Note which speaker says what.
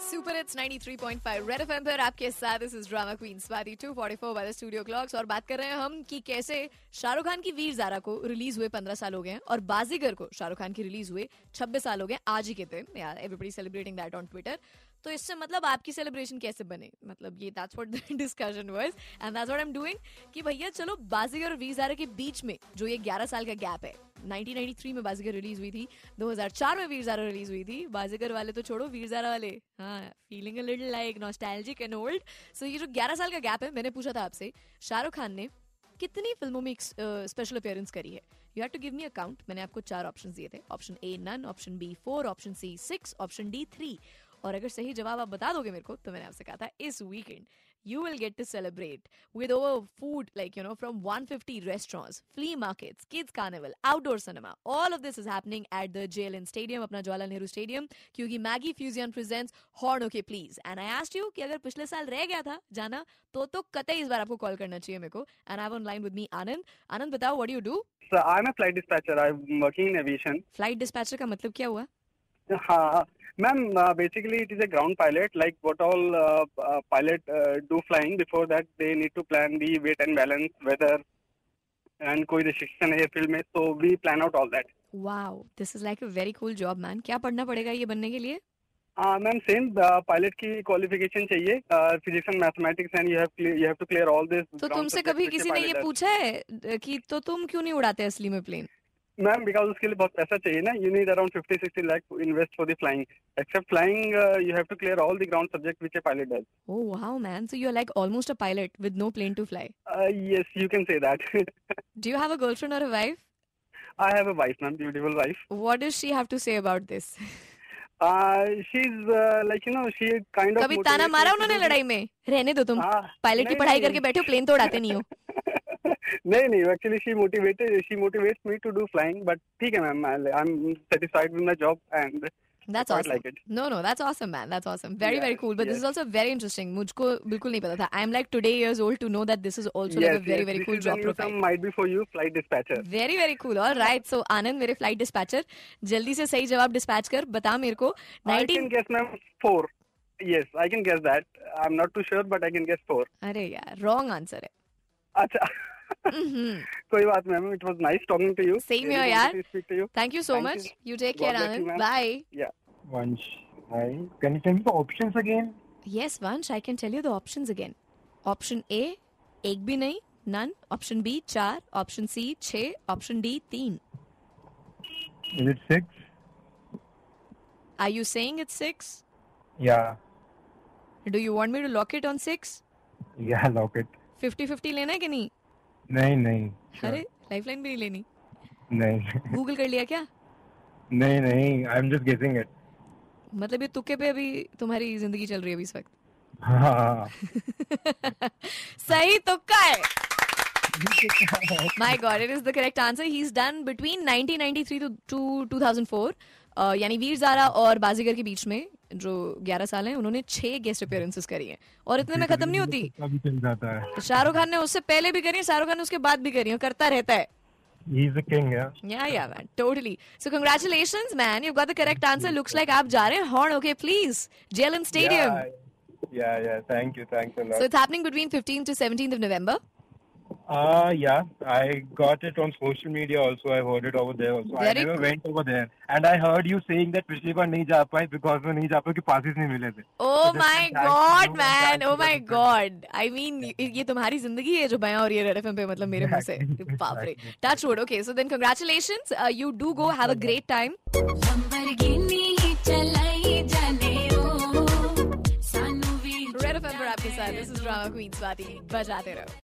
Speaker 1: Super it's 93.5 red FM पर आपके साथ this is drama queen Swati 244 by the studio clocks और बात कर रहे हैं हम कि कैसे शाहरुख खान की वीर जारा को रिलीज हुए 15 साल हो गए हैं और बाजीगर को शाहरुख खान की रिलीज हुए 26 साल हो गए आज ही के दिन यार everybody celebrating that on Twitter तो इससे मतलब आपकी सेलिब्रेशन कैसे बने मतलब ये that's what the discussion was and that's what I am doing कि भैया चलो बाजीगर और वीर जारा के बीच में जो ये 11 साल का गैप है 1993 में बाजीगर रिलीज हुई थी 2004 में वीर जारा रिलीज हुई थी बाजीगर वाले तो छोड़ो वीर जारा वाले हाँ feeling a little like nostalgic and old so ये जो 11 साल का गैप है मैंने पूछा था आपसे शाहरुख खान ने कितनी फिल्मों में स्पेशल अपियरेंस करी है you have to give me account मैंने आपको चार ऑप्शन दिए थे option A none option B four option C six option D three और अगर सही जवाब आप बता दोगे मेरे को तो मैंने आपसे कहा था इस weekend you will get to celebrate with over food like you know from 150 restaurants flea markets kids carnival outdoor cinema all of this is happening at the JLN stadium अपना जवाहरलाल नेहरू स्टेडियम क्योंकि Maggi fusion presents horn okay please and I asked you कि अगर पिछले साल रह गया था जाना तो तो कतई इस बार आपको कॉल करना चाहिए मेरे को and I online with me Anand Anand बताओ what you do
Speaker 2: So I'm a flight dispatcher. I'm working in aviation.
Speaker 1: Flight dispatcher का मतलब क्या हुआ
Speaker 2: Uh, ma'am, uh, basically it is a ground pilot. Like what all uh, uh, pilot uh, do flying. Before that, they need to plan the weight and balance, weather, and कोई restriction airfield में. So we plan out all that.
Speaker 1: Wow this is like a very cool job man क्या पढ़ना पड़ेगा ये बनने के लिए
Speaker 2: Uh, ma'am same pilot की क्वालिफिकेशन चाहिए Uh, physics and mathematics and you have you have to clear all this
Speaker 1: तो तुमसे कभी किसी ने ये पूछा है अ, कि तो तुम क्यों नहीं उड़ाते असली में प्लेन
Speaker 2: मैम बिकॉज उसके लिए बहुत पैसा चाहिए ना you need around 50 60 lakh invest for the flying except flying you have to clear all the ground subject which a pilot does
Speaker 1: oh wow man so you are like almost a pilot with no plane to fly
Speaker 2: Uh, yes, you can say that.
Speaker 1: Do you have a girlfriend or a wife
Speaker 2: I have a wife, ma'am, beautiful wife.
Speaker 1: What does she have to say about this
Speaker 2: Uh, she's uh, like you know, she kind of.
Speaker 1: कभी ताना
Speaker 2: motivates
Speaker 1: मारा
Speaker 2: me
Speaker 1: उन्होंने
Speaker 2: to do-
Speaker 1: लड़ाई में रहने दो तुम
Speaker 2: तो हाँ,
Speaker 1: पायलट की
Speaker 2: नहीं,
Speaker 1: पढ़ाई
Speaker 2: नहीं।
Speaker 1: करके बैठे हो प्लेन तो उड़ाते नहीं हो
Speaker 2: नहीं नहीं actually she motivated she motivates me to do flying but ठीक है ma'am I am satisfied with my job and
Speaker 1: That's
Speaker 2: Quite
Speaker 1: awesome.
Speaker 2: like it.
Speaker 1: No, no, that's awesome, man. That's awesome. Very, very
Speaker 2: Yes,
Speaker 1: cool. But this
Speaker 2: yes.
Speaker 1: is also very interesting. मुझको बिल्कुल नहीं पता था. I'm like today years old to know that this is also like a very, very
Speaker 2: this
Speaker 1: cool
Speaker 2: is
Speaker 1: job
Speaker 2: a new
Speaker 1: profile.
Speaker 2: term might be for you flight dispatcher
Speaker 1: very very cool और right so Anand मेरे flight dispatcher जल्दी से सही जवाब dispatch कर बता मेरे को
Speaker 2: I
Speaker 1: 19
Speaker 2: can guess ma'am four yes I can guess that I'm not too sure but I can guess four
Speaker 1: अरे यार रॉन्ग आंसर है हम्म,
Speaker 2: अच्छा कोई बात नहीं ma'am it was nice talking to you
Speaker 1: same your यार
Speaker 2: speak to you
Speaker 1: thank you so
Speaker 2: Thank
Speaker 1: much you take
Speaker 2: God
Speaker 1: care
Speaker 2: bless you,
Speaker 1: Anand
Speaker 2: ma'am.
Speaker 1: Bye
Speaker 3: Vansh, hi. Can you tell me the options again?
Speaker 1: Yes Vansh I can tell you the options again option A एक भी नहीं none option B चार option C छः option D तीन
Speaker 3: Is it six?
Speaker 1: Are you saying it's six
Speaker 3: Yeah,
Speaker 1: do you want me to lock it on six
Speaker 3: yeah, lock it.
Speaker 1: Fifty fifty लेना है कि नहीं
Speaker 3: नहीं नहीं sure.
Speaker 1: अरे लाइफलाइन भी नहीं लेनी
Speaker 3: नहीं
Speaker 1: गूगल कर लिया क्या
Speaker 3: नहीं नहीं I am just guessing it
Speaker 1: मतलब ये तुक्के पे अभी तुम्हारी जिंदगी चल रही है अभी इस वक्त
Speaker 3: हाँ
Speaker 1: सही तुक्का है my god it is the correct answer he is done between 1993 to 2004 uh, uh, यानी वीर जारा और बाजीगर के बीच में जो 11 साल हैं उन्होंने छह गेस्ट अपीयरेंसेस करी हैं और इतने में खत्म नहीं होती
Speaker 3: अभी चल जाता है
Speaker 1: शाहरुख खान ने उससे पहले भी करी है, शाहरुख खान ने उसके बाद भी करी है, और करता रहता है
Speaker 3: ही इज अ किंग या
Speaker 1: Yeah, yeah, man. Totally. So, congratulations, man. You've got the correct answer. Looks like aap ja rahe hain. Horn, okay, please. Jalen Stadium.
Speaker 3: या या thank you thanks uh
Speaker 1: So, it's happening between 15th to 17th of November.
Speaker 3: Uh, yeah, I got it on social media also. I heard it over there also. I
Speaker 1: Very
Speaker 3: never
Speaker 1: cool.
Speaker 3: went over there. And I heard you saying that पिछली बार नहीं जा पाए because वो नहीं जा पाए कि passes नहीं मिले थे.
Speaker 1: Oh
Speaker 3: So
Speaker 1: my
Speaker 3: that's-
Speaker 1: god,
Speaker 3: that's-
Speaker 1: man. Oh my
Speaker 3: that's-
Speaker 1: god. I mean, ये ये तुम्हारी जिंदगी है जो बयां हो रही है रेड एफएम पे मतलब मेरे मुंह से
Speaker 3: Exactly,
Speaker 1: बाप रे
Speaker 3: exactly.
Speaker 1: Touch wood okay so then congratulations you do go have a great time
Speaker 4: Lamborghini चलाई जाने ओ सानू भी
Speaker 1: रेड एफएम पर आपके साथ this is drama queen Swati बजाते रहो